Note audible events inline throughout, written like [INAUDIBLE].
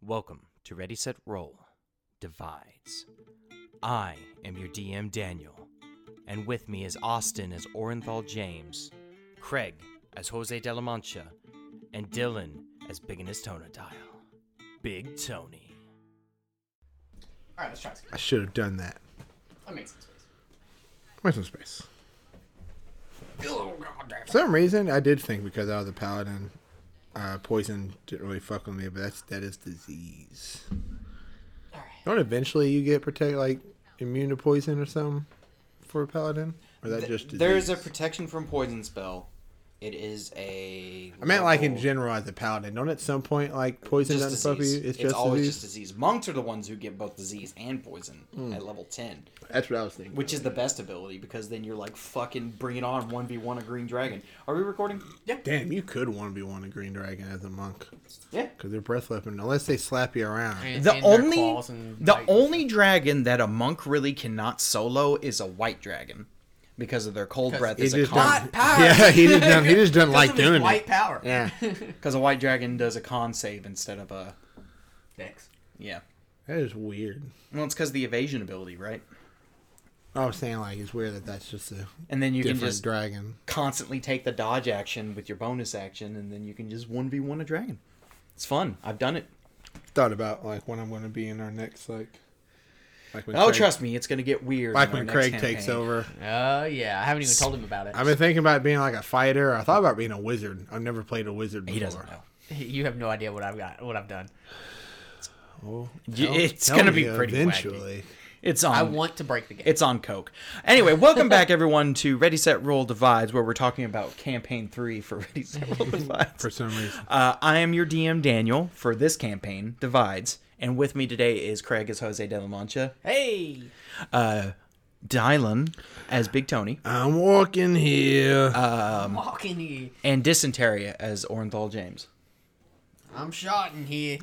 Welcome to Ready Set Roll Divides. I am your DM Daniel, and with me is Austin as Orenthal James, Craig as Jose de la Mancha, and Dylan as Big in his Tonadile. Big Tony. All right, let's try this. I should have done that. That makes some space. Make some space. oh, For some reason, I did think because I was a paladin, uh, poison didn't really fuck with me, but that's that is disease. Don't eventually you get protect like immune to poison or something for a paladin, or that just disease? There is a protection from poison spell. It is a. I meant like in level- general as a paladin. Don't at some point like poison just doesn't fuck with disease. you. It's, It's, just always disease. Hmm. just disease. Monks are the ones who get both disease and poison at level ten, That's what I was thinking. which is the best ability because then you're like fucking bring it on one v one a green dragon. Are we recording? Yeah. damn, you could want to be one a green dragon as a monk Yeah. because they're breath weapon unless they slap you around. and- The and their only claws and the like- [LAUGHS] only dragon that a monk really cannot solo is a white dragon because of their cold breath He is a just con done, Hot power! yeah, he just done, he just doesn't like Because of his doing white it. power. Yeah. [LAUGHS] because a white dragon does a con save instead of a Dex. yeah. That is weird. Well, it's because the evasion ability, right? I was saying like it's weird that that's just a And then you different can just dragon. constantly take the dodge action with your bonus action, and then you can just one v one a dragon. It's fun. I've done it. Thought about like when I'm going to be in our next like, like when Oh, Craig, trust me, it's gonna get weird. like in our when next Craig takes campaign. over. Oh yeah, I haven't even told him about it. I've been thinking about being like a fighter. I thought about being a wizard. I've never played a wizard. Before. He doesn't know. you have no idea what I've got, what I've done. Y- it's Tell gonna me be pretty wacky. eventually. It's on. I Um, want to break the game. It's on Coke. Anyway, welcome back everyone to Ready Set Roll Divides, where we're talking about campaign three for Ready Set Roll Divides. For some reason, Uh, I am your DM Daniel for this campaign, Divides, and with me today is Craig as Jose de la Mancha, hey, Dylan as Big Tony, I'm walking here. Uh, I'm walking here. and Dysenteria as Orenthal James. I'm shot in [LAUGHS] here.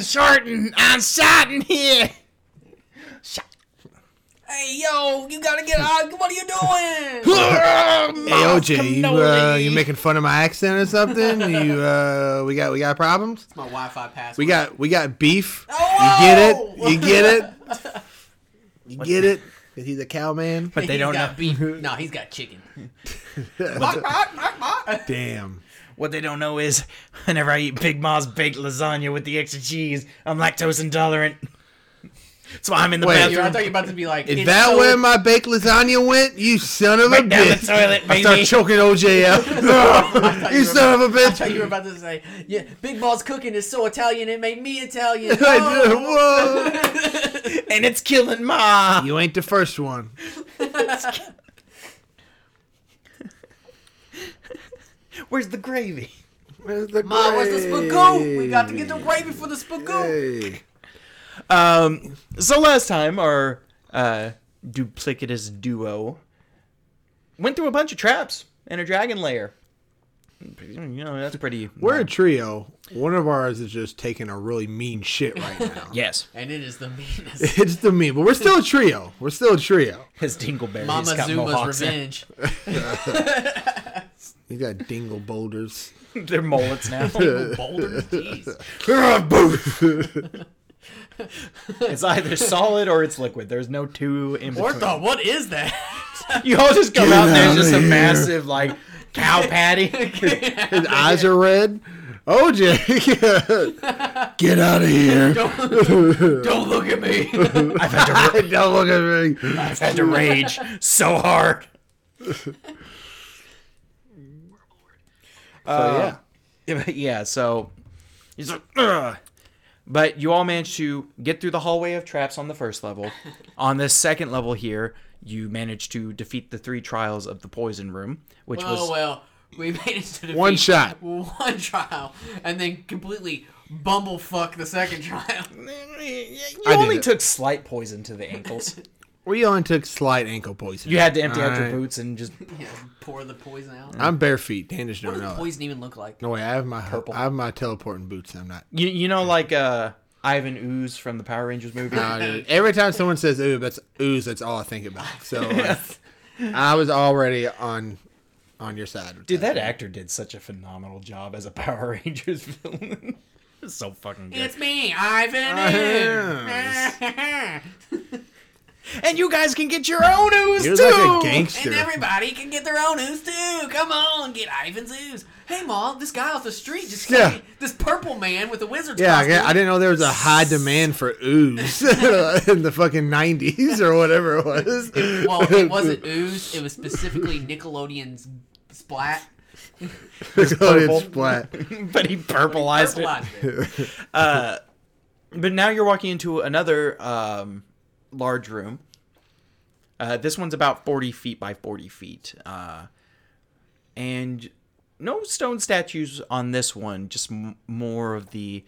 Shorten, I'm shorten here. hey yo, you gotta get out. What are [LAUGHS] you doing? hey OJ, you uh, you making fun of my accent [LAUGHS] or something? you uh, we got we got problems. My Wi-Fi password. We got we got beef. Oh! You get it? You get it? You get it? Because he's a cow man. But they He's don't know. got [LAUGHS] beef. No, he's got chicken. [LAUGHS] Damn. What they don't know is, whenever I eat Big Mom's baked lasagna with the extra cheese, I'm lactose intolerant. That's why I'm in the Wait, Dude, I bathroom. thought you were about to be like. Is it's that so- where my baked lasagna went? You son of a Right down the bitch. toilet, I start baby. choking OJ [LAUGHS] out. [LAUGHS] thought you you were son of a I thought bitch. [LAUGHS] you were about to say, "Yeah, Big Ball's cooking is so Italian, it made me Italian." [LAUGHS] I did- [LAUGHS] Oh. Whoa. and it's killing Ma. You ain't the first one. Where's the gravy? Where's the Ma, where's the gravy? spagoo? We got to get the gravy for the spagoo. Hey. Um, so last time our uh, duplicitous duo went through a bunch of traps and a dragon lair. You know that's pretty. We're a trio. One of ours is just taking a really mean shit [LAUGHS] right now. yes, And it is the meanest. It's the mean, but we're still a trio. We're still a trio. his dingleberry. Mama got Zuma's mohawks in. [LAUGHS] revenge. You got dingle boulders. [LAUGHS] They're mullets now. Boulder, jeez. it's either solid or it's liquid. There's no two in between. Ortho, what is [LAUGHS] that? You all just come out and out there's of just a here. massive like cow patty. His eyes are red. OJ, [LAUGHS] get out of [LAUGHS] here! Don't look at [LAUGHS] me. I've had to, Don't look at me. I've had to rage so hard. so yeah, Yeah, but- [LAUGHS] yeah, so he's like, Ugh. but you all managed to get through the hallway of traps on the first level. on the second level here, you managed to defeat the three trials of the poison room, which well, was Oh, well, we made it to defeat One shot. one trial, and then completely bumblefuck the second [LAUGHS] trial. [LAUGHS] you I did only it. took slight poison to the ankles. we only took slight ankle [LAUGHS] poison. you had to empty out Alright. your boots and just Yeah, pour the poison out. I'm bare feet. Danish don't What does know. it. poison even look like? No way. I have my Purple. I have my teleporting boots. I'm not. you, you know like uh Ivan Ooze from the Power Rangers movie. Nah, dude. Every time someone says ooh, that's ooze. That's all I think about. So like, I was already on on your side. with [LAUGHS] Dude, that actor did such a phenomenal job as a Power Rangers villain. It's so fucking good. It's me, Ivan. [LAUGHS] Yes. and and you guys can get your own ooze You're too. like a gangster. everybody can get their own ooze too. Come on, get Ivan's ooze. Hey, Maul, this guy off the street just Yeah. came- this purple man with a wizard's Yeah, I, costume. gu- I didn't know there was a high demand for ooze [LAUGHS] in the fucking 90s or whatever it was. [LAUGHS] Well, it wasn't ooze. It was specifically Nickelodeon's splat. Nickelodeon splat. but he purpleized it. Purpleized it. But now you're walking into another um, large room. Uh, this one's about 40 feet by 40 feet. Uh, and no stone statues on this one, just m- more of the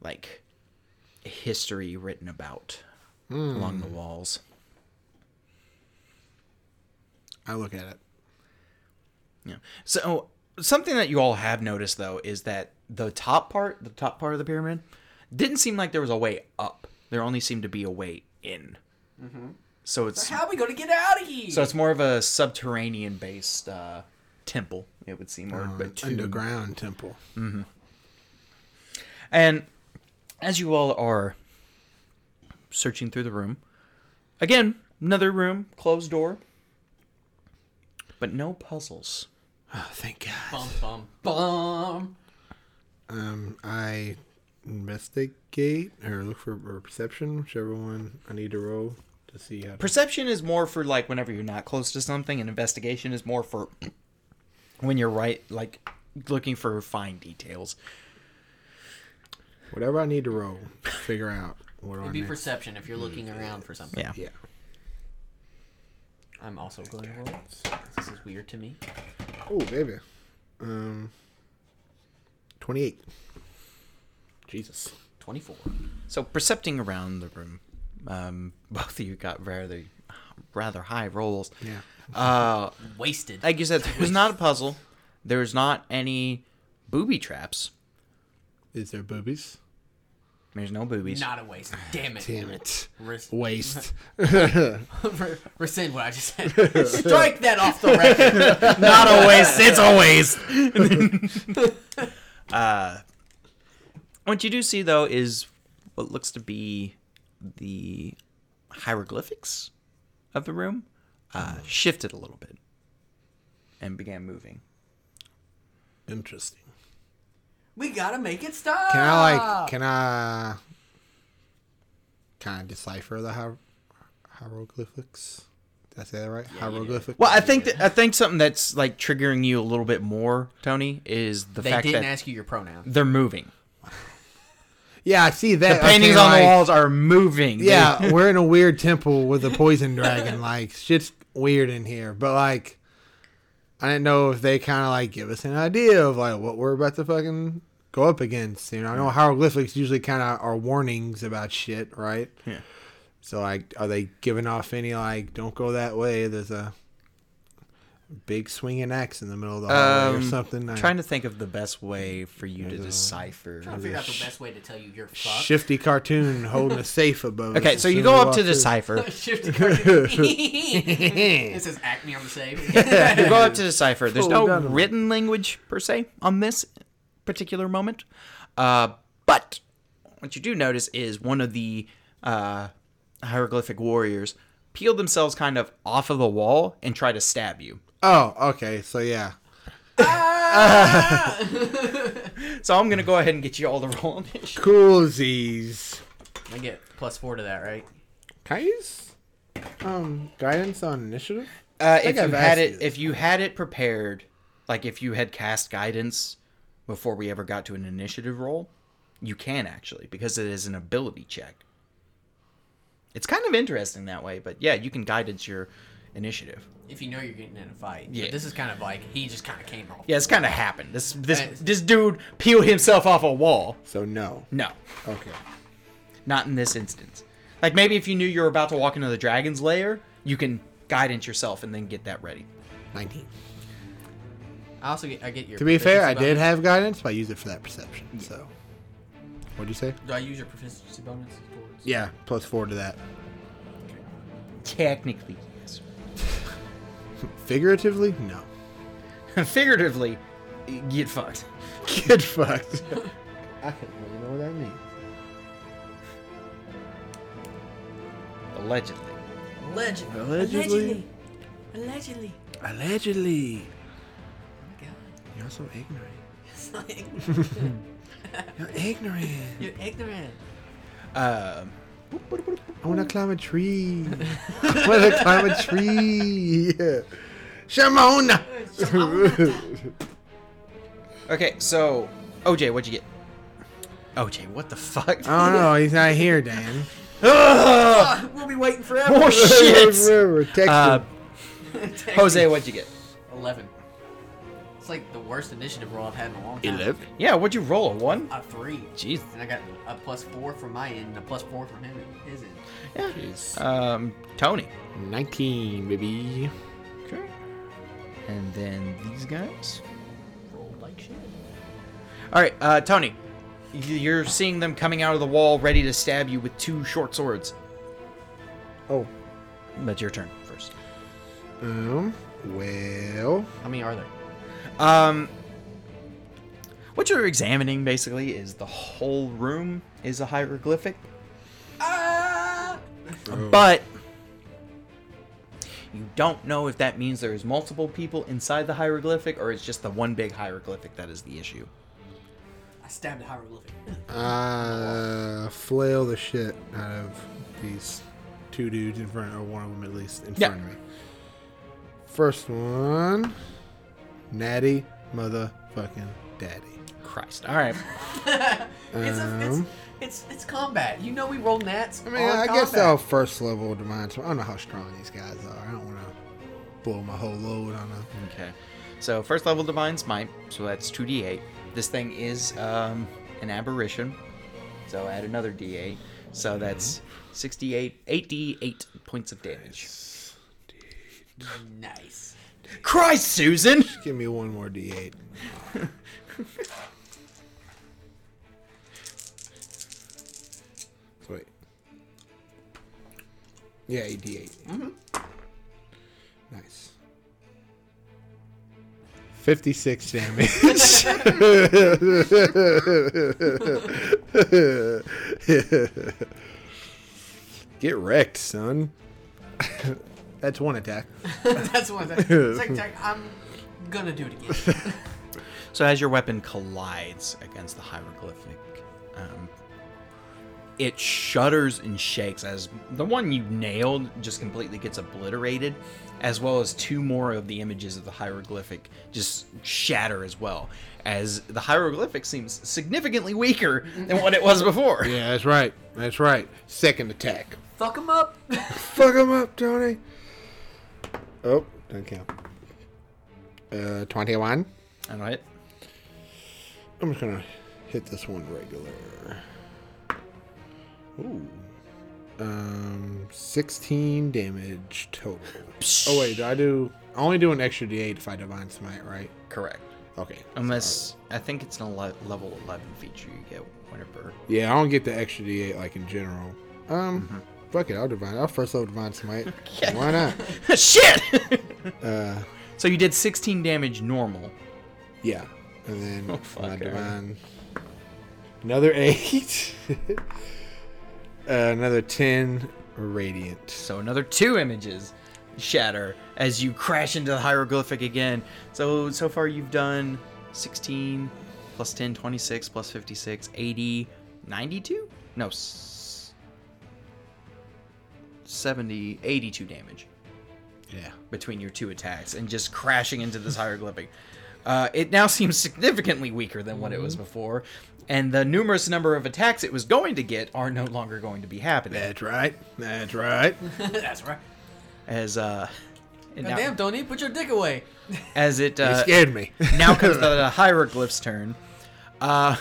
like history written about along the walls. I look at it. Yeah. So something that you all have noticed though is that the top part, the top part of the pyramid, didn't seem like there was a way up. There only seemed to be a way in. So it's How are we gonna get out of here? so it's more of a subterranean based uh, temple. It would seem, or Uh, but tomb. Um, Underground temple. And as you all are searching through the room, again another room, closed door, but no puzzles. Oh, thank God. bum bum bum. Um, I investigate or look for or perception, whichever one I need to roll to see how. To, Perception is more for like whenever you're not close to something, and investigation is more for [CLEARS THROAT] when you're right, like looking for fine details. whatever I need to roll, figure out what I It'd be need. perception if you're looking around for something. Yeah. yeah. I'm also going to roll. This is weird to me. Oh baby. Um. Twenty-eight. Jesus. 24. So percepting around the room, um, [LAUGHS] both of you got rather rather high rolls. Yeah. Uh, Wasted. like you said, there's not a puzzle. There's not any booby traps. Is there boobies? There's no boobies. Not a waste. Damn it. Damn it. Res- [LAUGHS] Waste. re- rescind what I just [LAUGHS] said. Strike that off the record. [LAUGHS] not a waste. It's a waste. uh, what you do see though is what looks to be the hieroglyphics of the room uh, shifted a little bit and began moving. Interesting. We gotta make it stop. Can I like? Can I? Can I decipher the hier- hieroglyphics? Did I say that right? Hieroglyphics. Well, I think that, I think something that's like triggering you a little bit more, Tony, is the They fact didn't that ask you your pronouns. they're moving. yeah, I see that. okay, Paintings on the like, walls are moving. [LAUGHS] They- Yeah, we're in a weird temple with a poison dragon. Like shit's weird in here, but like, I didn't know if they kind of like give us an idea of like what we're about to fucking go up against. You know, I know hieroglyphics usually kind of are warnings about shit, right? Yeah. So like, are they giving off any like, don't go that way? There's a big swinging axe in the middle of the hallway Um, or something. I- trying to think of the best way for you to There's a- decipher. I'm trying to figure out the best way to tell you you're fucked. shifty cartoon holding a safe above. us Okay, as so soon you as go we up walk to [LAUGHS] through. [LAUGHS] decipher. Shift E. [LAUGHS] This is acne on the [LAUGHS] save. you go up to decipher. There's Fully no done. written language per se on this particular moment, uh, but what you do notice is one of the uh, hieroglyphic warriors peel themselves kind of off of the wall and try to stab you. Oh, okay. So yeah. So I'm gonna go ahead and get you all the roll on this. Coolsies. I get plus four to that, right? Can I use um, guidance on initiative? Uh, think if you I've asked had it, you. if you had it prepared, like if you had cast guidance before we ever got to an initiative roll, you can actually because it is an ability check. It's kind of interesting that way, but yeah, you can guidance your initiative. If you know you're getting in a fight. Yeah. But this is kind of like he just kind of came off. Yeah, it's kind of happened. This this Nice. this dude peeled himself off a wall. So no. No, Okay. not in this instance. Like maybe if you knew you were about to walk into the dragon's lair, you can guidance yourself and then get that ready. Nineteen. I also get I get your. To be fair, I proficiency did bonus. have guidance, but I used it for that perception. So. What'd you say? Do I use your proficiency bonus? towards- Yeah, plus four to that. Technically, yes. [LAUGHS] Figuratively, no. [LAUGHS] Figuratively, get fucked. [LAUGHS] Get fucked. I couldn't really know what that means. Allegedly. Legend. Allegedly. Allegedly. Allegedly. Oh my God. You're so ignorant. It's like, You're ignorant. you're ignorant. [LAUGHS] Um, I want to climb a [LAUGHS] tree. I want to climb a tree. [LAUGHS] Shamona. okay, so OJ, what'd you get? OJ, what the [LAUGHS] fuck? I don't know. He's not here, Dan. Ugh! Ah, we'll be waiting forever. [LAUGHS] More [LAUGHS] shit. Remember, text him. Uh, Texas. [LAUGHS] Jose, what'd you get? 11. It's like the worst initiative roll I've had in a long time. Yeah, what'd you roll? A one? A 3. Jeez. And I got a plus 4 from my end and a plus 4 from him and his end. Yeah. Um, Tony. Oh. 19, baby. Okay. And then these guys. Rolled like shit. All right, uh, Tony. y- You're seeing them coming out of the wall, ready to stab you with two short swords. Oh. That's your turn first. Um. Well. How many are there? Um, what you're examining basically is the whole room is a hieroglyphic, but you don't know if that means there is multiple people inside the hieroglyphic or it's just the one big hieroglyphic that is the issue. I stabbed a hieroglyphic. Uh, flail the shit out of these two dudes in front, or one of them at least, in Yeah. front of me. First one, natty motherfucking daddy. Christ. All right. It's, a, it's, Um. it's, it's combat. You know we roll nats. I mean, on I combat. guess I'll first level to mine. I don't know how strong these guys are. I don't want to blow my whole load on them. Okay. So first level divine smite, so that's 2d8. This thing is um, an aberration, so add another d8. So that's 68, 88 points of damage. Nice. [LAUGHS] Christ, Susan! Give me one more d8. Sweet. Yeah, a d8. Nice. 56 damage. Get wrecked, [LAUGHS] son. That's one attack. That's one thing. It's like, tech- I'm gonna do it [LAUGHS] again. So as your weapon collides against the hieroglyphic, um, it shudders and shakes as the one you nailed just completely gets obliterated, as well as two more of the images of the hieroglyphic just shatter as well, as the hieroglyphic seems significantly weaker than what it was [LAUGHS] before. Yeah, that's right. That's right. Second attack. Fuck him up. [LAUGHS] Fuck him up, Tony. Oh, don't count. Uh, 21. All right. I'm just gonna hit this one regular. Ooh. Um, 16 damage total. Oh, wait, do I do. I only do an extra d8 if I divine smite, right? Correct. Okay. Unless I think it's an ele- level 11 feature you get whenever. Yeah, I don't get the extra d8 like in general. Um, fuck it, I'll divine. I'll first level divine smite. Why not? [LAUGHS] Shit! Uh, so you did 16 damage normal. Yeah. And then fuck, my Aaron. divine. Another eight. [LAUGHS] uh, another ten radiant. So another two images shatter as you crash into the hieroglyphic again. So so far you've done 16 plus 10 26 plus 56 80 92? No. s- 70 82 damage Yeah. between your two attacks and just crashing into this hieroglyphic. Uh, it now seems significantly weaker than what it was before, and the numerous number of attacks it was going to get are no longer going to be happening. That's right. That's right. That's right. As uh, and now- Goddamn, Tony, put your dick away. as it You uh, scared [LAUGHS] me. now comes the hieroglyphs turn. Uh,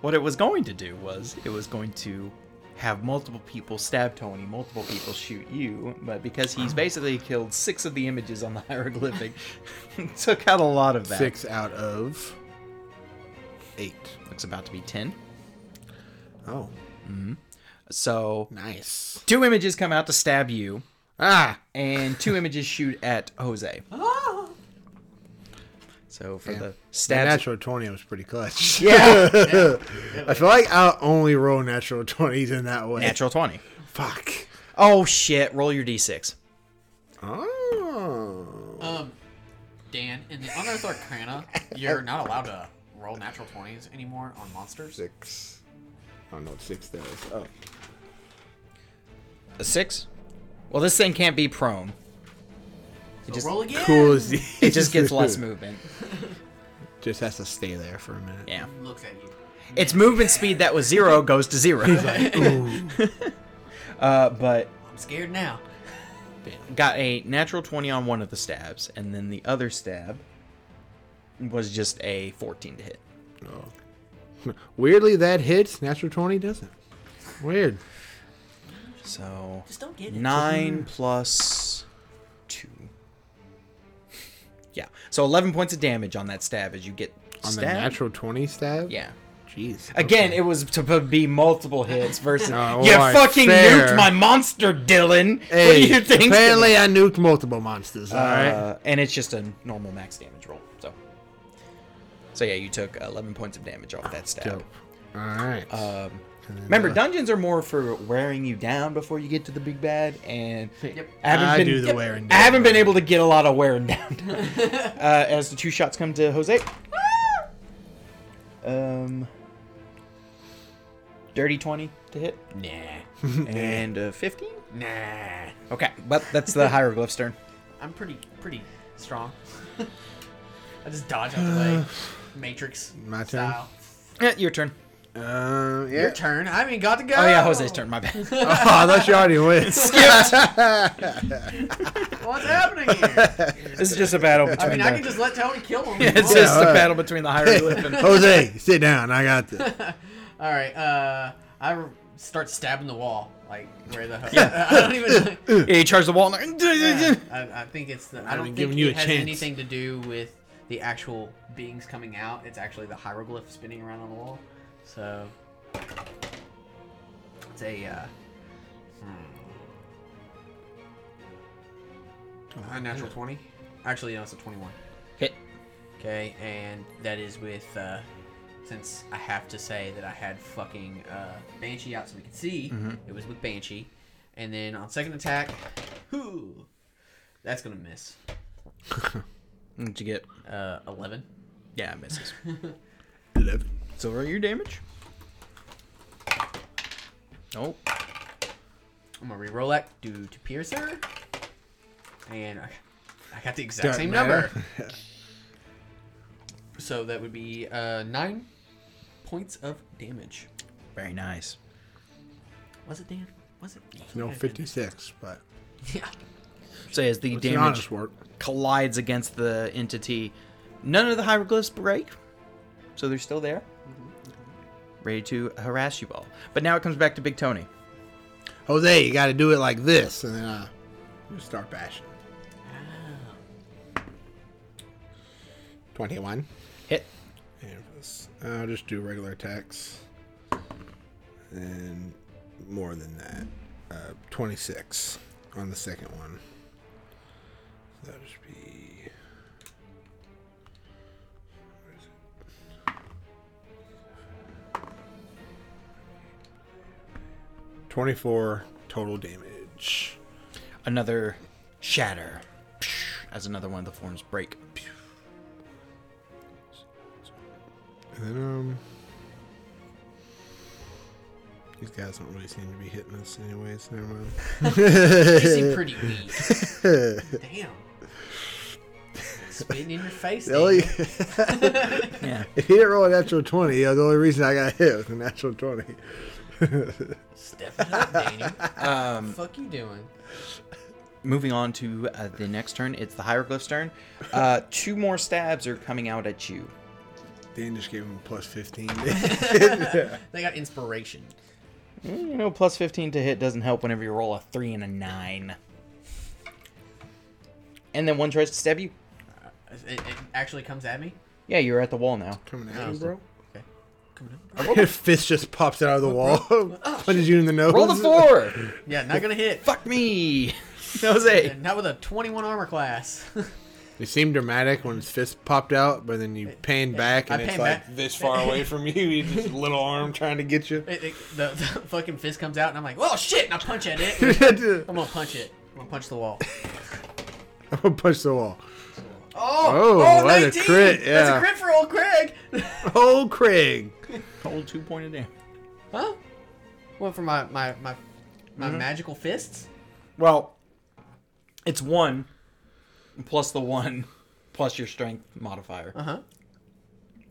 what it was going to do was it was going to have multiple people stab Tony, multiple people shoot you, but because he's basically killed six of the images on the [LAUGHS] hieroglyphic, took out a lot of that. Six out of eight. It's about to be ten. Oh, So nice. two images come out to stab you, Ah, and two images shoot at Jose. Ah. So for Yeah. the That stabs, natural twenty was pretty clutch. [LAUGHS] [LAUGHS] Yeah. I feel like I'll only roll natural twenties in that way. natural twenty. Fuck. Oh shit! Roll your d6. Oh. Um, Dan, in the Unearthed Arcana, you're not allowed to roll natural 20s anymore on monsters. Six. I don't know what six that is. Oh. A six. Well, this thing can't be prone. So roll again. Cool as the- It just gets less [LAUGHS] movement. Just has to stay there for a minute. Yeah. Looks at you. Its movement speed that was zero goes to zero. [LAUGHS] uh, but I'm scared now. got a natural 20 on one of the stabs, and then the other stab was just a 14 to hit. Weirdly, that hits. Natural twenty doesn't. Weird. So Just don't get it. 9 plus 2. Yeah. So 11 points of damage on that stab as you get On the stabbed. natural twenty stab. Yeah. Jeez. Again, okay. it was to p- be multiple hits versus [LAUGHS] Oh, you alright, fucking fair. nuked my monster, Dylan. [LAUGHS] what Hey, do you think? apparently I nuked multiple monsters. All right. Uh, and it's just a normal max damage roll. So, so yeah, you took 11 points of damage off that stab. Dope. All right. uh, Um, remember, dungeons are more for wearing you down before you get to the big bad, and I haven't I been do the wearing I down. haven't been able to get a lot of wearing down. [LAUGHS] uh, as the two shots come to Jose. Um, dirty 20 to hit Nah. and uh, 15. Nah. Okay, but that's the hieroglyph's turn. I'm pretty, pretty strong. [LAUGHS] I just dodge out the [SIGHS] way. Matrix. My turn? Style. [LAUGHS] Yeah, your turn. Uh, yeah. Your turn. I haven't got to go. Oh yeah, Jose's turn. My [LAUGHS] bad. oh, I thought you already went. [LAUGHS] What's happening [LAUGHS] here? This is just a battle between. I mean, the, I can just let Tony kill [LAUGHS] him. it's Yeah, just a alright. battle between the [LAUGHS] hieroglyph and. Jose, sit down. I got [LAUGHS] this. All right. Uh, I r- start stabbing the wall, like where [LAUGHS] the. [LAUGHS] Yeah. I don't even. Yeah, he charged the wall. And Yeah, I, I think it's the. I haven't don't think given you it a has chance. anything to do with the actual beings coming out. It's actually the hieroglyph spinning around on the wall. So it's a. Uh, Oh, hmm. A natural twenty. Actually, no, it's a twenty-one. [LAUGHS] Hit. Okay, and that is with. Uh, since I have to say that I had fucking uh, Banshee out so we could see, it was with Banshee. And then on second attack, whoo, that's gonna miss. What'd you get? Uh, eleven. Yeah, it misses. So roll your damage. Oh, I'm gonna re-roll that due to piercer, and I, I got the exact Don't same [LAUGHS] matter. number. so that would be uh, nine points of damage. very nice. Was it Dan? Was it? No, Yeah, 56, but [LAUGHS] Yeah. So as the it's an damage honest work. collides against the entity, none of the hieroglyphs break, so they're still there, ready to harass you all. But now it comes back to Big Tony. Jose, you got to do it like this, and then uh, you start bashing. 21. Hit. And plus- I'll just do regular attacks. And more than that. Uh, 26 on the second one. So that'll just be. where is it? Twenty-four total damage. Another shatter. As another one of the forms break. And then, um, these guys don't really seem to be hitting us, anyways. Never mind. They [LAUGHS] seem pretty weak. Damn. Spitting in your face. [LAUGHS] The only, Dan. [LAUGHS] Yeah. if he didn't roll a natural 20, yeah, the only reason I got hit was a natural 20. Step it up, Daniel. Um, fuck you doing? moving on to uh, the next turn, it's the hieroglyph's turn. Uh, two more stabs are coming out at you. Dan just gave him a plus [LAUGHS] 15. They got inspiration. You know, plus 15 to hit doesn't help whenever you roll a 3 and a 9. And then one tries to stab you. It, it actually comes at me. Yeah, you're at the wall now. Coming at you, bro. Okay. Coming up. Your fist just pops out of the wall. [LAUGHS] Punches you in the nose. Roll the 4! Yeah, not gonna hit. [LAUGHS] Fuck me! Jose! Not with a 21 armor class. [LAUGHS] It seemed dramatic when his fist popped out, but then you pan back I and it's pan like back. this far away from you. He's just a little arm trying to get you. It- it- the, the fucking fist comes out, and I'm like, "Oh shit!" And I punch at [LAUGHS] it. I'm [LAUGHS] I'm gonna punch it. I'm gonna punch the wall. gonna punch the wall. Oh, Oh, oh, what a 19! That's crit, yeah. a crit for old Craig. Oh, Craig! Cold two pointed damage. huh? One for my my my, my magical fists. Well, it's one plus the one plus your strength modifier. Uh huh.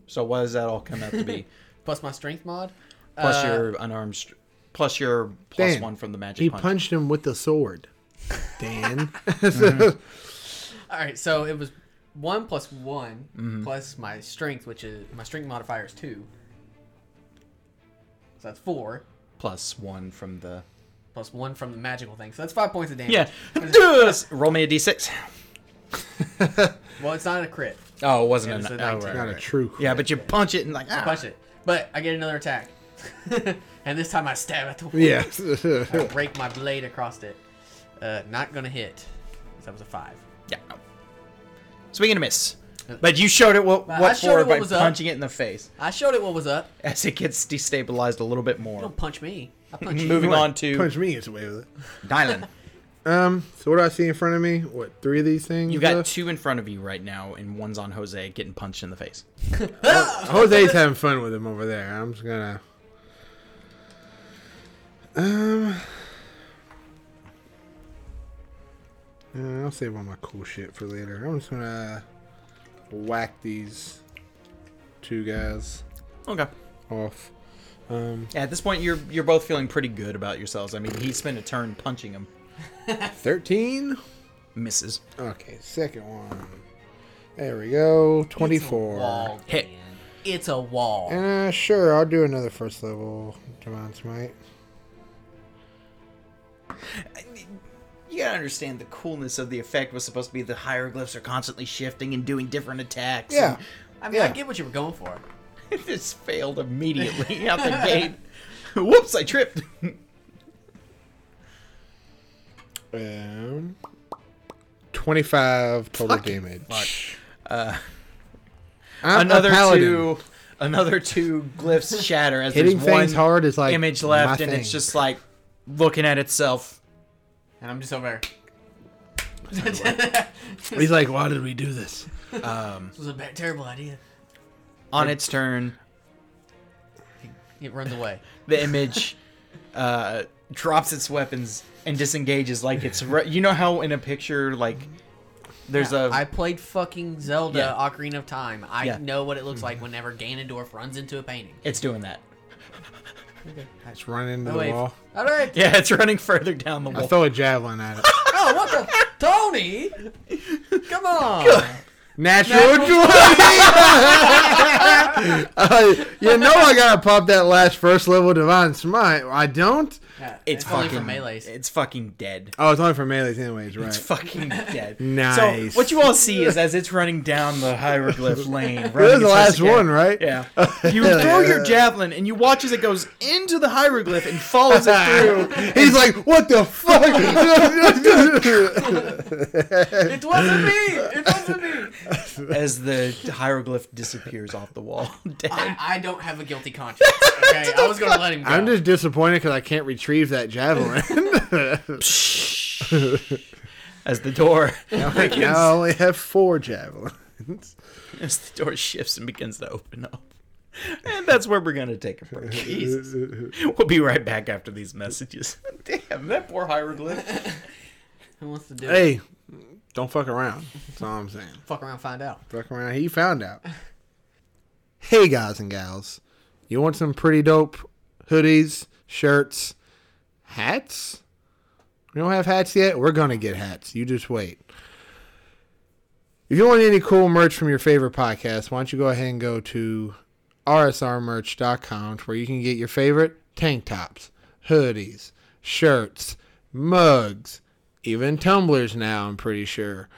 So what does that all come out [LAUGHS] to be? Plus my strength mod. plus Uh, your unarmed, str- plus your plus Dan, one from the magic He punch. punched him with the sword. [LAUGHS] Dan. All right, so it was one plus one Mm-hmm. plus my strength, which is my strength modifier is two. So that's four plus one from the plus one from the magical thing. So that's five points of damage. yeah. Yes! Roll me a d6. Well, it's not a crit. Oh, it wasn't It was an- a oh, 19. right, Not a right. true. Yeah, but you punch it and like ah. Punch it, but I get another attack, [LAUGHS] and this time I stab at the wall. Yeah. [LAUGHS] I break my blade across it. Uh, not gonna hit. 'cause That was a five. Yeah. Swing and a miss. But you showed it what Uh, I what showed it for what by was up. punching it in the face I showed it what was up. as it gets destabilized a little bit more. Don't punch me. I [LAUGHS] punch you. Moving on to punch me, gets away with it. Dylan. Um, so what do I see in front of me? What, three of these things? Uh, You've got left? two in front of you right now, and one's on Jose getting punched in the face. Jose's having fun with him over there. I'm just gonna. Um. uh, I'll save all my cool shit for later. I'm just gonna whack these two guys Okay. off. Um, Yeah, at this point, you're you're both feeling pretty good about yourselves. I mean, he spent a turn punching him, thirteen. misses. Okay, second one. There we go. It's a Twenty-four. wall. Hit. man. It's a wall. Uh, sure, I'll do another first level. Demon Smite. You gotta understand the coolness of the effect was supposed to be the hieroglyphs are constantly shifting and doing different attacks. Yeah. I mean, I yeah. get what you were going for. and [LAUGHS] this failed immediately [LAUGHS] out the gate. Whoops! I tripped. Um, 25 total damage. I'm Uh, another a paladin. two, another two [LAUGHS] glyphs shatter as Hitting there's one things hard is like image my left, and thing. it's just like looking at itself. And I'm just over He's like, why did we do this? This was a bad, terrible idea. On its turn, It runs [LAUGHS] away. the image uh, drops its weapons and disengages like it's re- you know how in a picture like there's a I played fucking Zelda Yeah. Ocarina of Time. I Yeah. know what it looks like whenever Ganondorf runs into a painting. it's doing that It's running into Oh, the wait. wall. All right. yeah it's running further down the I wall throw a javelin [LAUGHS] at it. Oh, what the? Tony! Come on! Natural 20! [LAUGHS] Uh, you know I gotta pop that last first level divine smite. I don't. Yeah, it's, only fucking for melees. it's fucking dead Oh, it's only for melees, anyways, right? it's [LAUGHS] fucking dead Nice. so what you all see is as it's running down [LAUGHS] the hieroglyph lane running was the its last again- one, right? [LAUGHS] yeah you throw your javelin and you watch as it goes into the hieroglyph and follows it [LAUGHS] through He's like, what the fuck? It wasn't me! It wasn't [LAUGHS] me! as the hieroglyph disappears off the wall [LAUGHS] dead I, I don't have a guilty conscience. [LAUGHS] Okay, I was gonna let him go. [LAUGHS] I'm just disappointed because I can't retrieve that javelin. [LAUGHS] as the door now I only have four javelins. as the door shifts and begins to open up. And that's where we're gonna take a break. We'll be right back after these messages. [LAUGHS] Damn, that poor hieroglyph. Who wants to do it? hey, don't fuck around. That's all I'm saying. Fuck around, find out. Fuck around. He found out. [LAUGHS] Hey, guys and gals. You want some pretty dope hoodies, shirts, hats? We don't have hats yet? We're going to get hats. You just wait. If you want any cool merch from your favorite podcast, why don't you go ahead and go to rsrmerch.com to where you can get your favorite tank tops, hoodies, shirts, mugs, even tumblers now, I'm pretty sure.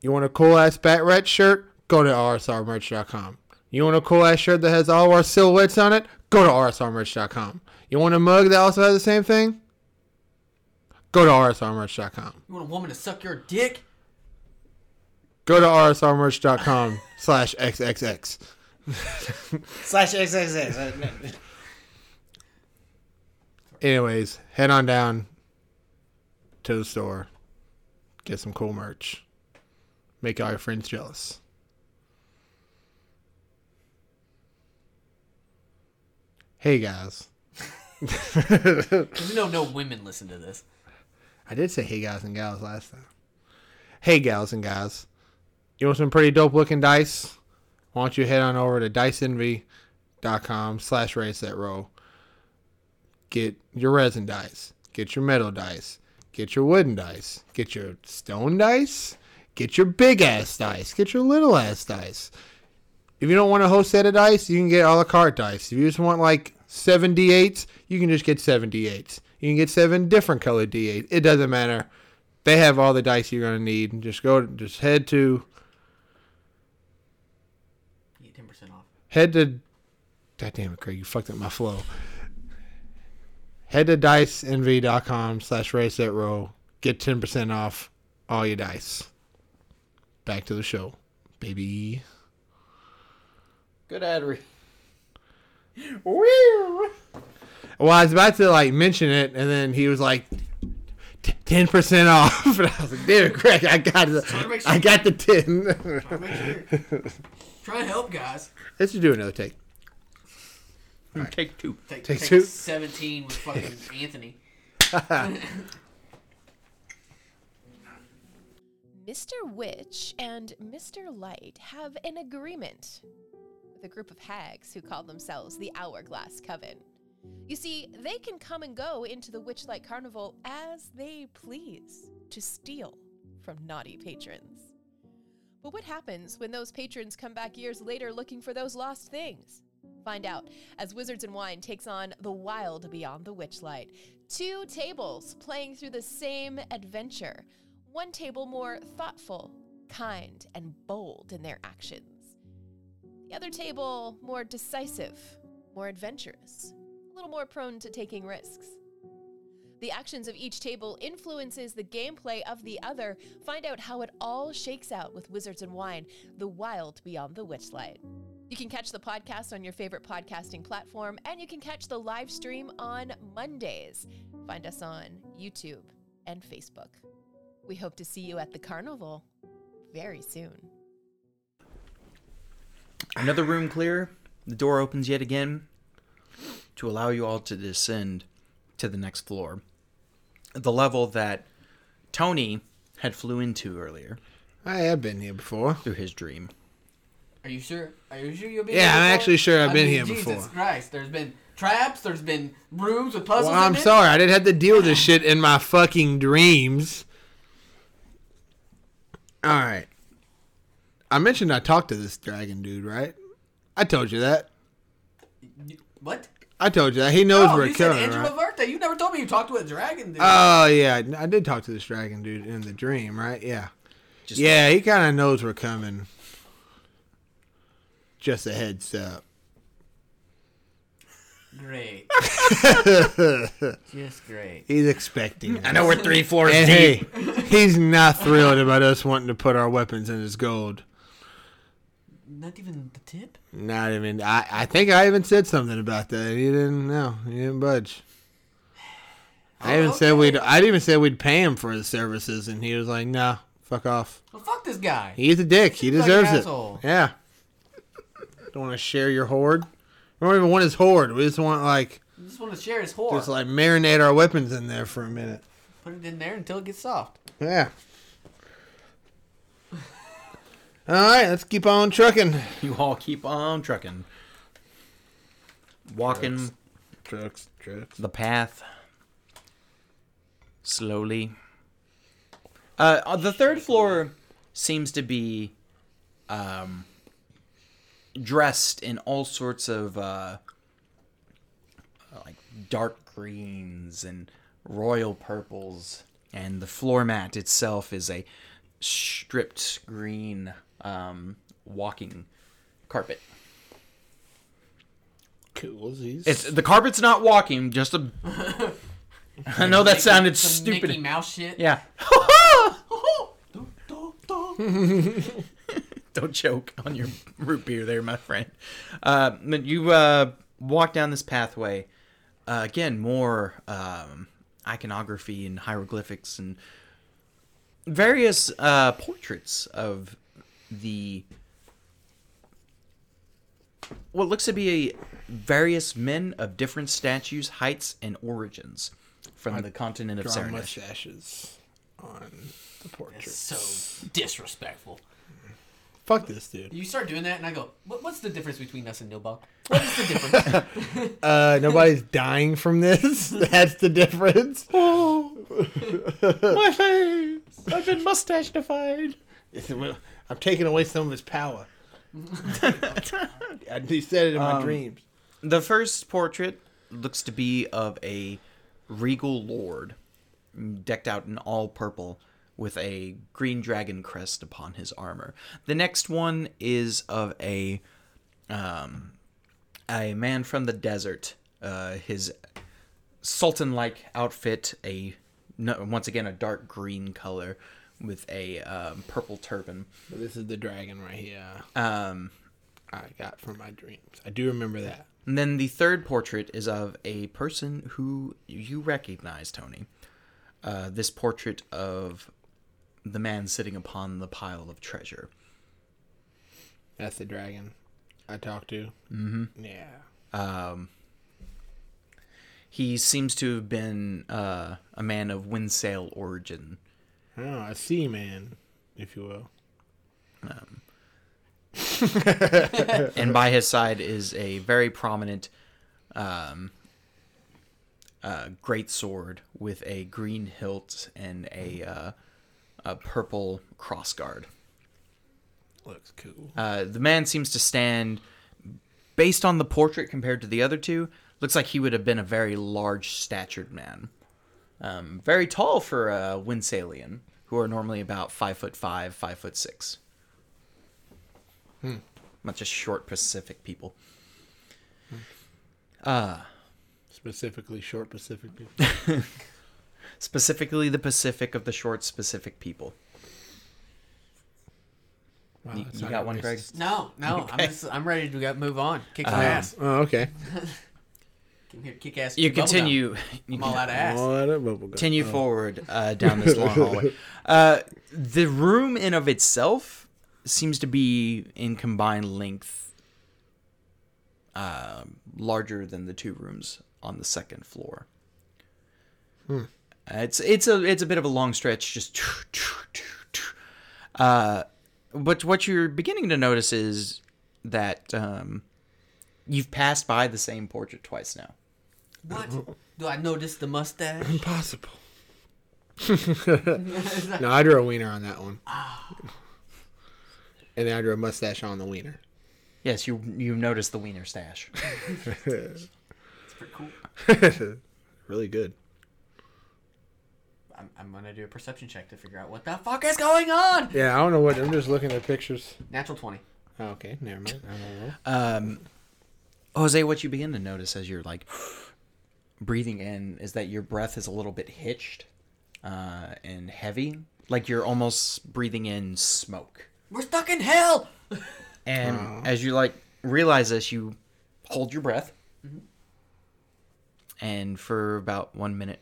You want a cool ass Bat Rat shirt? Go to rsrmerch.com. You want a cool ass shirt that has all our silhouettes on it? Go to rsrmerch.com. You want a mug that also has the same thing? Go to rsrmerch.com. You want a woman to suck your dick? Go to rsrmerch.com [LAUGHS] slash xxx. Slash XXX. Anyways, head on down to the store. Get some cool merch. Make all your friends jealous. Hey guys. You know, no women listen to this. I did say hey guys and gals last time. Hey gals and guys. You want some pretty dope looking dice? Why don't you head on over to diceenvy.com slash race that roll. Get your resin dice. Get your metal dice. Get your wooden dice. Get your stone dice. Get your big ass dice. Get your little ass dice. If you don't want a whole set of dice, you can get a la carte dice. If you just want like seven D8s, you can just get seven D8s. You can get seven different colored D8s. It doesn't matter. They have all the dice you're gonna need. Just go, just head to You get ten percent off. [LAUGHS] head to. God damn it, Craig! You fucked up my flow. Head to diceenvy.com slash race that roll. Get ten percent off all your dice. Back to the show, baby. Good ad read. Well, I was about to like mention it, and then he was like, ten percent off," [LAUGHS] and I was like, "Dude, Craig, I got the, I got the ten. [LAUGHS] Try to help, guys. Let's just do another take. Take two. Take, Take two. Seventeen with fucking [LAUGHS] Anthony. Mr. Witch and Mr. Light have an agreement with a group of hags who call themselves the Hourglass Coven. You see, they can come and go into the Witchlight Carnival as they please to steal from naughty patrons. But what happens when those patrons come back years later looking for those lost things? Find out as Wizards and Wine takes on The Wild Beyond the Witchlight. Two tables playing through the same adventure, one table more thoughtful, kind, and bold in their actions. The other table more decisive, more adventurous, a little more prone to taking risks. The actions of each table influences the gameplay of the other. Find out how it all shakes out with Wizards and Wine, The Wild Beyond the Witchlight. You can catch the podcast on your favorite podcasting platform, and you can catch the live stream on Mondays. Find us on YouTube and Facebook. We hope to see you at the carnival very soon. Another room clear. The door opens yet again to allow you all to descend to the next floor. The level that Tony had flew into earlier I have been here before. through his dream. Are you sure? Are you sure you'll be? Yeah, here I'm before? actually sure I've I been mean, here Jesus before. Christ, there's been traps. There's been rooms with puzzles. Well, I'm in it. sorry, I didn't have to deal with this shit in my fucking dreams. All right. I mentioned I talked to this dragon dude, right? I told you that. What? I told you that. He knows oh, we're you said killing. Angela Right? Verte. You never told me you talked to a dragon dude. Oh yeah, I did talk to this dragon dude in the dream, right? Yeah. Just- yeah, he kind of knows we're coming. Just a heads up. [LAUGHS] Great. Just great. He's [LAUGHS] expecting. I know we're three floors And deep. hey, he's not thrilled about us wanting to put our weapons in his gold. Not even the tip. Not even. I, I think I even said something about that. He didn't know. He didn't budge. I even said Okay. we'd. I even said we'd pay him for his services, and he was like, "Nah, fuck off. Well, fuck this guy. He's a dick. He like an deserves it. asshole. Yeah. Don't want to share your hoard. We don't even want his hoard. We just want like I just want to share his whore. just like marinate our weapons in there for a minute. Put it in there until it gets soft. Yeah. All right, let's keep on trucking. You all keep on trucking. Walking Trucks, trucks. the path slowly. Uh, on the third floor seems to be um, dressed in all sorts of uh, like dark greens and royal purples, and the floor mat itself is a stripped green um, walking carpet. Coolsies. It's the carpet's not walking, just a. [LAUGHS] I know that sounded Some Mickey stupid. Mouse shit. Yeah. Do, do, do. [LAUGHS] Don't choke on your root beer there, my friend. Uh, but you uh, walk down this pathway. Uh, again, more um, iconography and hieroglyphics and various uh, portraits of the what looks to be a various men of different statues, heights, and origins from the continent of Draw Sarnish. mustaches on the portrait. So disrespectful. Fuck this dude. You start doing that, and I go, what, "What's the difference between us and Nilbog? What is the difference?" Uh, nobody's dying from this. That's the difference. [LAUGHS] My face! I've been mustacheified. I'm taking away some of his power. I- he said it in my dreams. The first portrait looks to be of a regal lord, decked out in all purple, with a green dragon crest upon his armor. The next one is of a um, a man from the desert. Uh, his sultan-like outfit, a no, once again a dark green color with a um, purple turban. This is the dragon right here. Um, I got from my dreams. I do remember that. And then the third portrait is of a person who you recognize, Tony. Uh, this portrait of the man sitting upon the pile of treasure. That's the dragon I talked to. Mm-hmm. Yeah. He seems to have been uh, a man of windsail origin. Oh, a seaman, if you will. and by his side is a very prominent um, uh, great sword with a green hilt and a, uh, a purple crossguard. Looks cool. Uh, the man seems to stand, based on the portrait compared to the other two, looks like he would have been a very large statured man. Um, very tall for a Winsalian, who are normally about five foot five, five foot six. Hmm. Not just short Pacific people. Specifically, short Pacific [LAUGHS] people. Specifically, the Pacific of the short, specific people. Wow, You- that's you not got one, racist. Greg? no, no, I'm just, I'm ready to go, move on. Kick Uh-huh. some ass. Oh, okay. Come here, kick ass. You with bubblegum. continue. [LAUGHS] Oh. You I'm all out of ass. What a bubble gum. continue forward uh, down this long hallway. Uh, the room in of itself seems to be in combined length uh, larger than the two rooms on the second floor. Uh, it's it's a it's a bit of a long stretch, just. [SNIFFS] Uh, but what you're beginning to notice is that um, you've passed by the same portrait twice now. What? Do I notice the mustache? Impossible. [LAUGHS] no, I drew a wiener on that one. and then I drew a mustache on the [LAUGHS] wiener. Yes, you you notice the wiener stash. [LAUGHS] It's pretty cool. really good. I'm, I'm gonna do a perception check to figure out what the fuck is going on. Yeah, I don't know what. I'm just looking at pictures. Uh, Natural twenty. Oh, okay, never mind. I don't know. Jose, what you begin to notice as you're like [SIGHS] breathing in is that your breath is a little bit hitched uh, and heavy, like you're almost breathing in smoke. We're stuck in hell. And as you like realize this, you hold your breath, Mm-hmm. and for about one minute,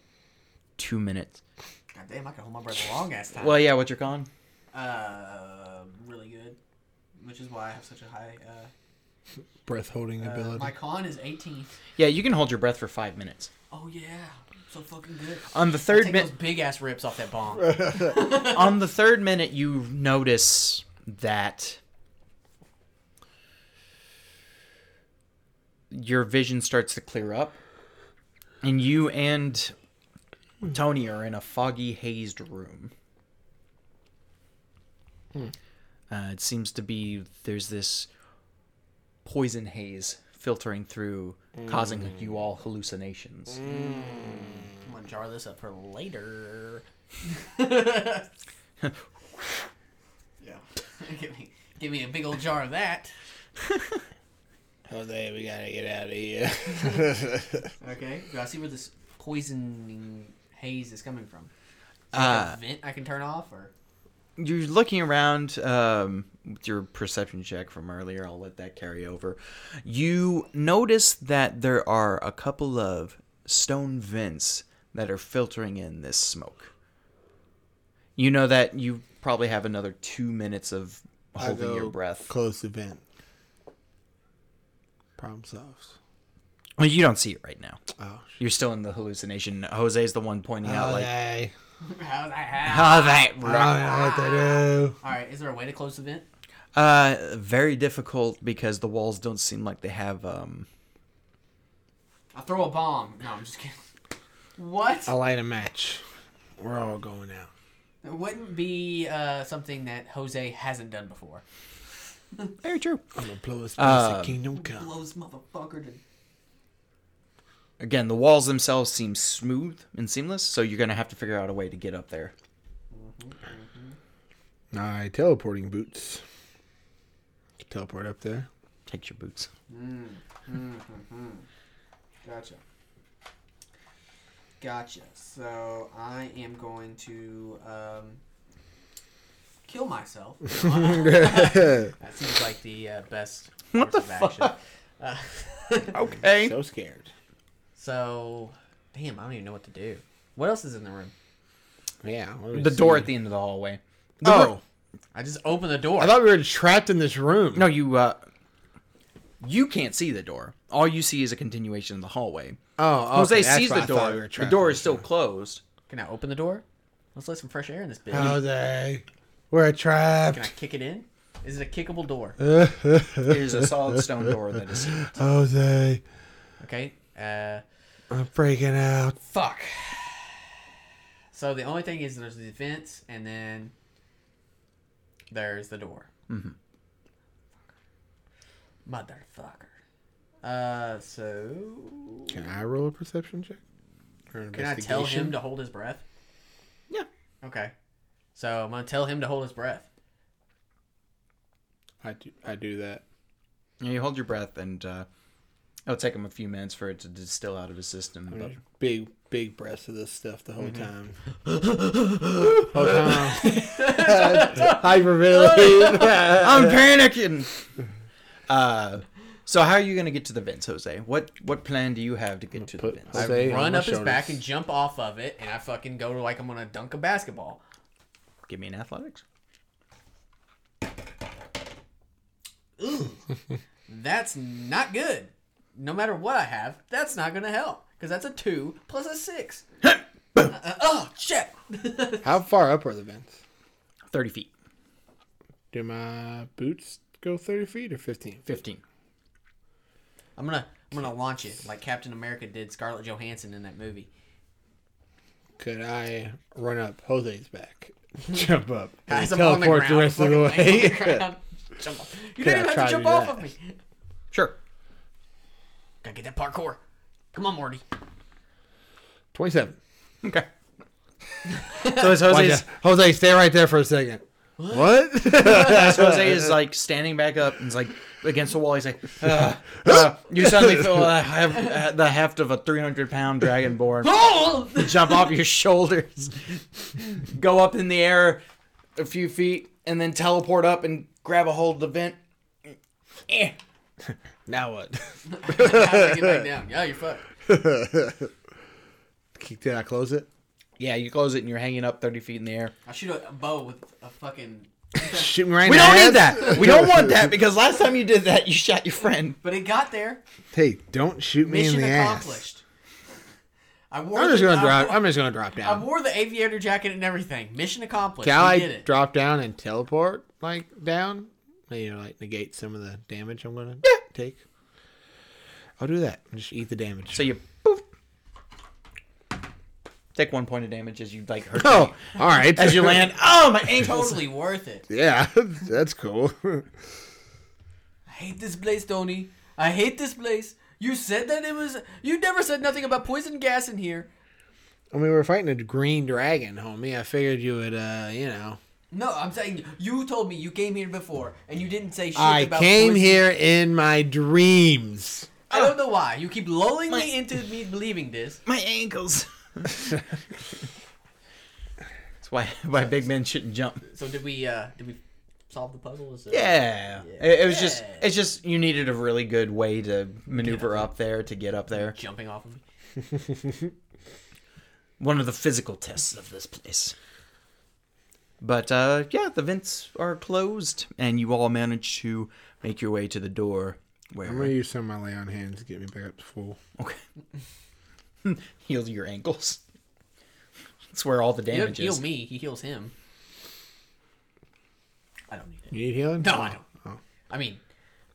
two minutes. God damn, I can hold my breath a long ass time. Well, yeah, what you're calling? Uh, really good. Which is why I have such a high. Uh, Breath holding uh, ability. my con is 18. Yeah, you can hold your breath for five minutes. Oh yeah, so fucking good. On the I'll third take minute, those big ass rips off that bomb. on the third minute, you notice that your vision starts to clear up, and you and Tony are in a foggy, hazed room. Uh, it seems to be there's this poison haze filtering through, causing you all hallucinations. I'm gonna jar this up for [LAUGHS] later. yeah. give me, give me a big old jar of that. Jose, we gotta get out of here. Okay. Do I see where this poisoning haze is coming from? Is there Uh, a vent I can turn off, or you're looking around um, with your perception check from earlier. I'll let that carry over. You notice that there are a couple of stone vents that are filtering in this smoke. You know that you probably have another two minutes of I holding your go breath. Close event. Problem solved. Well, you don't see it right now. Oh, shit. You're still in the hallucination. Jose's the one pointing out, like, Okay. [LAUGHS] How's that happen? Oh, "Ah, that I right." don't know what to do. All right, is there a way to close the vent? Uh, very difficult because the walls don't seem like they have um. I'll throw a bomb. No, I'm just kidding. What? I light a match. We're all going out. It wouldn't be uh, something that Jose hasn't done before. Very true. I'm gonna blow this place Um, to kingdom come. Blows motherfucker to. Again, the walls themselves seem smooth and seamless, so you're gonna have to figure out a way to get up there. I teleporting boots. Teleport up there. Take [LAUGHS] your boots. Gotcha. Gotcha. So I am going to um, kill [LAUGHS] myself. [LAUGHS] That seems like the uh, best [LAUGHS] What course the of action. Okay. so scared. So, damn, I don't even know what to do. What else is in the room? Yeah. what do we The door see? at the end of the hallway. Oh, I just open the door. I thought we were trapped in this room. No, you. uh You can't see the door. All you see is a continuation of the hallway. Oh, okay. Jose that's sees why the I thought door. we were the trapped in door is this still room. closed. Can I open the door? Let's let some fresh air in this bitch. Uh, Jose, we're Can I trapped. kick it in? Is it a kickable door? uh, It is a solid stone door that is. [LAUGHS] sealed. Jose, Okay. Uh, I'm freaking out. fuck. So the only thing is there's the vents and then there's the door. Mm-hmm. Motherfucker. Uh, so Can I roll a perception check? Or can I tell him investigation? to hold his breath? Yeah. Okay. So I'm gonna tell him to hold his breath. I do. I do that. And you hold your breath, and uh, it'll take him a few minutes for it to distill out of his system. But Big, big breaths of this stuff the Mm-hmm. whole [LAUGHS] time. whole [LAUGHS] time. [LAUGHS] Hyperventilate. [LAUGHS] I'm panicking. Uh, so how are you gonna get to the vents, Jose? What what plan do you have to get to put the vents? Jose- Stay on Run my up his back shoulders. and jump off of it, and I fucking go like I'm gonna dunk a basketball. Give me an athletics. That's not good. No matter what I have, that's not gonna help because that's a two plus a [LAUGHS] six. Uh, uh, oh shit! [LAUGHS] How far up are the vents? Thirty feet. Do my boots go thirty feet or fifteen? Fifteen. I'm gonna I'm gonna launch it like Captain America did Scarlett Johansson in that movie. Could I run up Jose's [LAUGHS] back? Jump up. Guys, and I'm on the teleport ground. the rest of the I'm fucking laying on [LAUGHS] the way. ground. jump off. You Could I didn't even try have to to jump do off that? of me. Sure. Gotta get that parkour. Come on, Morty. [LAUGHS] Twenty-seven. Okay. [LAUGHS] so as Watch Jose's, out. Jose, stay right there for a second. What? [LAUGHS] as Jose is like standing back up and is like against the wall, he's like, "Ugh, ugh," you suddenly feel uh, the heft, the heft of a three hundred pound dragonborn Oh! [LAUGHS] jump off your shoulders, go up in the air a few feet, and then teleport up and grab a hold of the vent. Eh. now what? Gotta get back down. Yeah, you're fucked. Did I close it? Yeah, you close it and you're hanging up 30 feet in the air. I shoot a, a bow with a fucking. Shoot me right We in the don't need head? that. We don't want that because last time you did that, you shot your friend. But it got there. Hey, don't shoot me Mission in the ass. accomplished. I wore. I'm just the- gonna I drop. wore- I'm just gonna drop I down. wore the aviator jacket and everything. Mission accomplished. Can we I did it. drop down and teleport like down? Maybe like negate some of the damage I'm gonna take. I'll do that. Just eat the damage. So you poof. Take one point of damage as you like hurt. oh, all right. As you land, oh [LAUGHS] my ankles! totally worth it. [LAUGHS] yeah, [LAUGHS] that's cool. [LAUGHS] I hate this place, Tony. I hate this place. You said that it was. You never said nothing about poison gas in here. I mean, we were fighting a green dragon, homie. I figured you would, uh, you know. No, I'm saying you told me you came here before and you didn't say shit I about. came poison. here in my dreams. I don't know why. You keep lulling [LAUGHS] me into me believing this. My ankles. That's why why big men shouldn't jump. So did we uh did we solve the puzzle? Is there- Yeah, It, it was just it's just you needed a really good way to maneuver up there to get up there. Jumping off of me. One of the physical tests of this place. But uh, yeah, the vents are closed, and you all manage to make your way to the door. Where [LAUGHS] I'm gonna use some of my lay on hands to get me back up to full. okay, [LAUGHS] heal your ankles. That's where all the You don't damage heal is. me. He heals him. I don't need it. You need healing? No, I don't. I mean,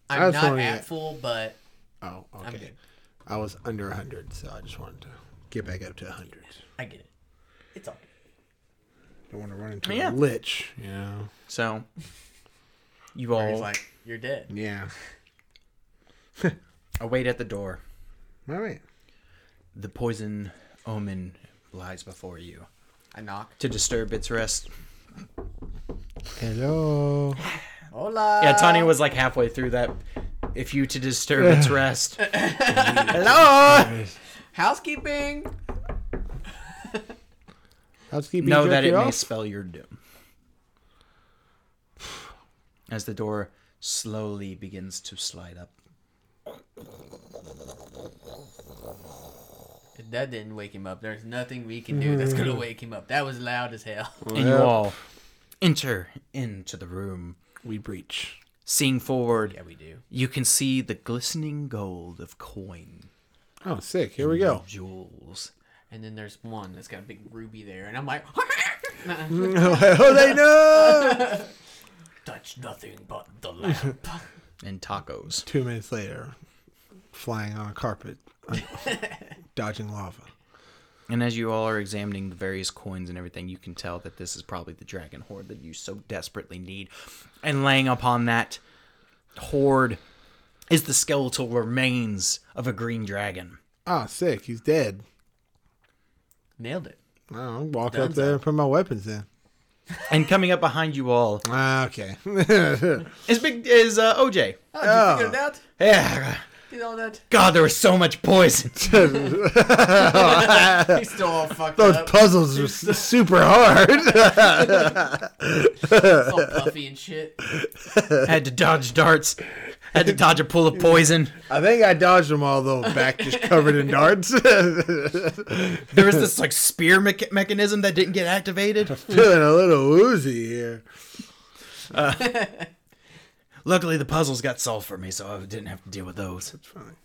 I I'm was not wondering at that. full, but Oh, okay. I'm good. I was under 100, so I just wanted to get back up to 100. I get it. It's all. good. Don't want to run into a Yeah. lich. Yeah. So you all He's like, you're dead. Yeah. await at the door. All right. The poison omen lies before you I knock. to disturb its rest. Hello. Hola. Yeah, Uh, Tanya was like halfway through that. If you to disturb [LAUGHS] its rest. Hello. Housekeeping. Housekeeping. Know jerk that it you may off? spell your doom. As the door slowly begins to slide up. If that didn't wake him up, there's nothing we can do Mm-hmm. that's gonna wake him up. That was loud as hell. [LAUGHS] And you all enter into the room. We breach. Seeing forward, Yeah, we do. you can see the glistening gold of coin Oh, sick. Here we go. jewels. And then there's one that's got a big ruby there, and I'm [LAUGHS] like, [LAUGHS] oh, they know. [LAUGHS] touch nothing but the [LAUGHS] lamp. And tacos. Two minutes later, flying on a carpet, [LAUGHS] un- dodging lava. And as you all are examining the various coins and everything, you can tell that this is probably the dragon horde that you so desperately need. And laying upon that horde is the skeletal remains of a green dragon. Oh, sick. He's dead. Nailed it. Oh, I'll walk up there and put my weapons in. And coming up behind you all Ah, okay. [LAUGHS] is big is uh, OJ. Oh, did you figure it out? Yeah, Did all [LAUGHS] that? God, there was so much poison. He's still all fucked Those up, puzzles are s- super hard. [LAUGHS] all puffy and shit. had to dodge darts. Had to dodge a pool of poison. I think I dodged them all, though. Back just covered in [LAUGHS] darts. There was this like spear mecha- mechanism that didn't get activated. [LAUGHS] Feeling a little woozy here. Luckily, the puzzles got solved for me, so I didn't have to deal with those. It's fine.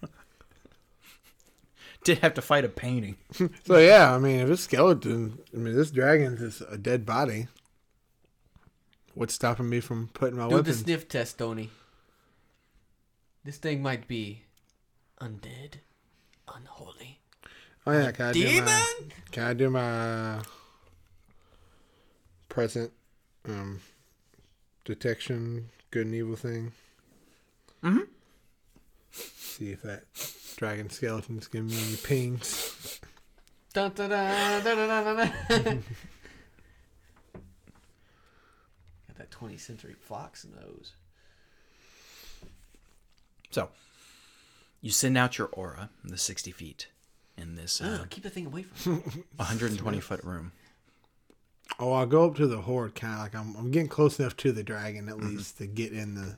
[LAUGHS] Did have to fight a painting. So yeah, I mean, if it's skeleton, I mean, this dragon's is a dead body. What's stopping me from putting my Do the weapon? sniff test, Tony. This thing might be undead, unholy. oh yeah, can I do my? Demon? Can I do my present um, detection, good and evil thing? Mm-hmm. See if that dragon skeleton's giving me any pings. Dun, dun, dun, dun, dun, dun, dun, [LAUGHS] dun. Got that 20th century fox nose. So, you send out your aura, the 60 feet, in this uh, Ugh, keep the thing away from me. 120 foot room. Oh, I'll go up to the horde, kind of like I'm. I'm getting close enough to the dragon at least to get in the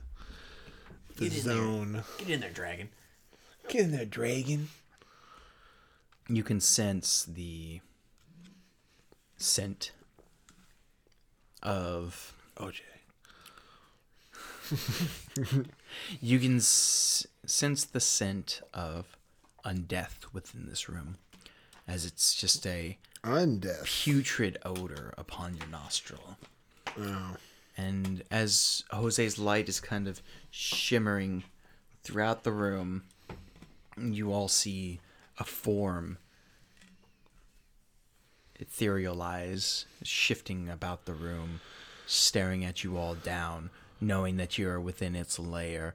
the Get in there. zone. Get in there, dragon. Get in there, dragon. You can sense the scent of. OJ. You can s- sense the scent of undeath within this room, as it's just a Undeath. putrid odor upon your nostril. And as Jose's light is kind of shimmering throughout the room, you all see a form etherealize, shifting about the room, staring at you all down, knowing that you are within its lair.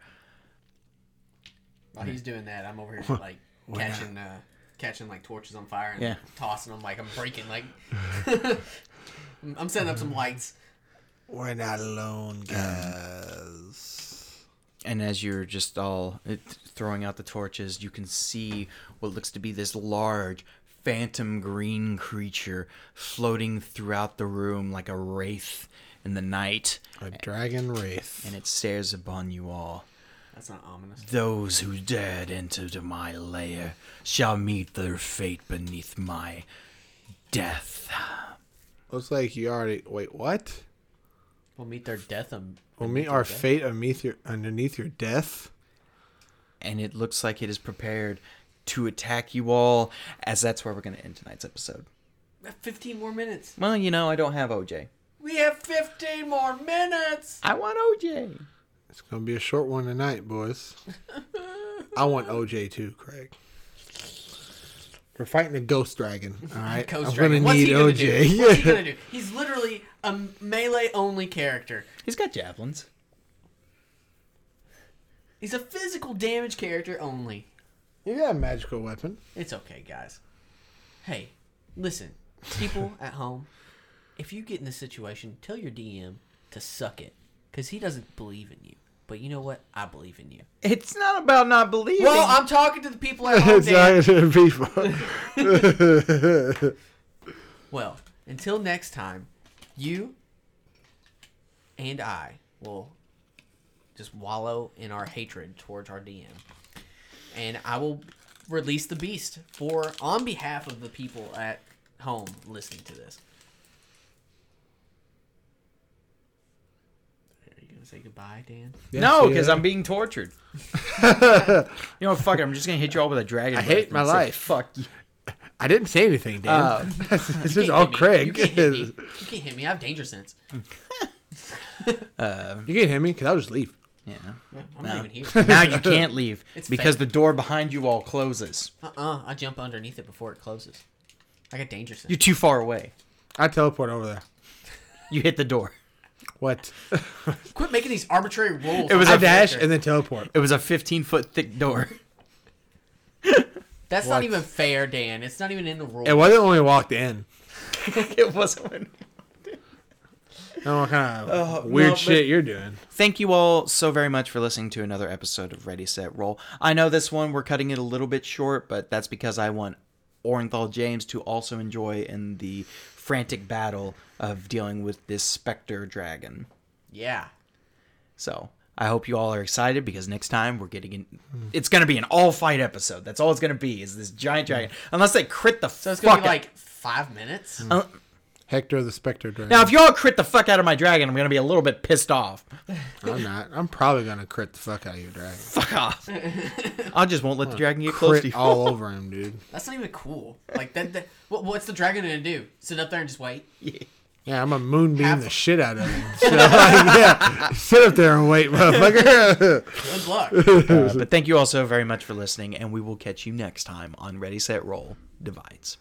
While he's doing that, I'm over here [LAUGHS] like catching, uh, catching like torches on fire and Yeah. tossing them. Like I'm breaking, [LAUGHS] like [LAUGHS] I'm setting up some lights. We're not alone, guys. And as you're just all uh, th- throwing out the torches, you can see what looks to be this large, phantom green creature floating throughout the room like a wraith in the night, A dragon wraith. and it stares upon you all. That's not ominous. Those who dared enter to my lair shall meet their fate beneath my death. Looks like you already. Wait, what? We'll meet their death. Um, We'll meet our fate underneath your, underneath your death. And it looks like it is prepared to attack you all, as that's where we're going to end tonight's episode. We have 15 more minutes. Well, you know, I don't have OJ. We have 15 more minutes. I want OJ. It's gonna be a short one [LAUGHS] tonight, boys. I want OJ too, Craig. We're fighting a [LAUGHS] ghost dragon. All right, Ghost I'm Dragon. gonna What's need he gonna OJ. [LAUGHS] do? What's he Yeah. gonna do? He's literally a melee only character. He's got javelins. He's a physical damage character only. You got a magical weapon. It's okay, guys. Hey, listen, [LAUGHS] people at home, if you get in this situation, tell your DM to suck it, because he doesn't believe in you. But you know what? I believe [LAUGHS] in you. It's not about not believing. Well, I'm talking to the people at home, Dan. Sorry, people. Well, until next time, you and I will just wallow in our hatred towards our DM. And I will release the beast for on behalf of the people at home listening to this. Are you gonna say goodbye, Dan? no, Yeah. because I'm being tortured. you know, fuck it. I'm just gonna hit you all with a dragon. I breath hate and my say, life. Fuck you. I didn't say anything, Dan. [LAUGHS] Uh, this You is can't all hit me. Craig. You can't hit me. You can't hit me. I have danger sense. [LAUGHS] You can hit me because I'll just leave. Yeah. I'm No. not even here. [LAUGHS] now you can't leave It's because fake. the door behind you all closes. Uh-uh. I jump underneath it before it closes. I got danger sense. You're too far away. I teleport over there. You hit the door. What? Quit making these arbitrary rules. It was I a dash character. and then teleport. It was a 15 foot thick door. That's What? not even fair, Dan. It's not even in the rules. It wasn't when we walked in. it wasn't. I don't know what kind of Oh, weird no, but- shit you're doing. Thank you all so very much for listening to another episode of Ready Set Roll. I know this one we're cutting it a little bit short, but that's because I want Orenthal James to also enjoy in the frantic battle of dealing with this specter dragon. Yeah. So I hope you all are excited because next time we're getting in. It's going to be an all fight episode. That's all it's going to be is this giant dragon. Unless they crit the So it's gonna fuck be out- like five minutes. Mm. Hector the Spectre Dragon. Now, if y'all crit the fuck out of my dragon, I'm going to be a little bit pissed off. I'm not. I'm probably gonna crit the fuck out of your dragon. [LAUGHS] Fuck off. I just won't let the dragon get close to Crit you. all over him, dude. That's not even cool. Like that. that what, what's the dragon gonna do? Sit up there and just wait? Yeah, I'm a moonbeam Half- the shit out of him. So [LAUGHS] like, yeah, sit up there and wait, motherfucker. Good [LAUGHS] luck. Uh, but thank you all so very much for listening, and we will catch you next time on Ready, Set, Roll Divides.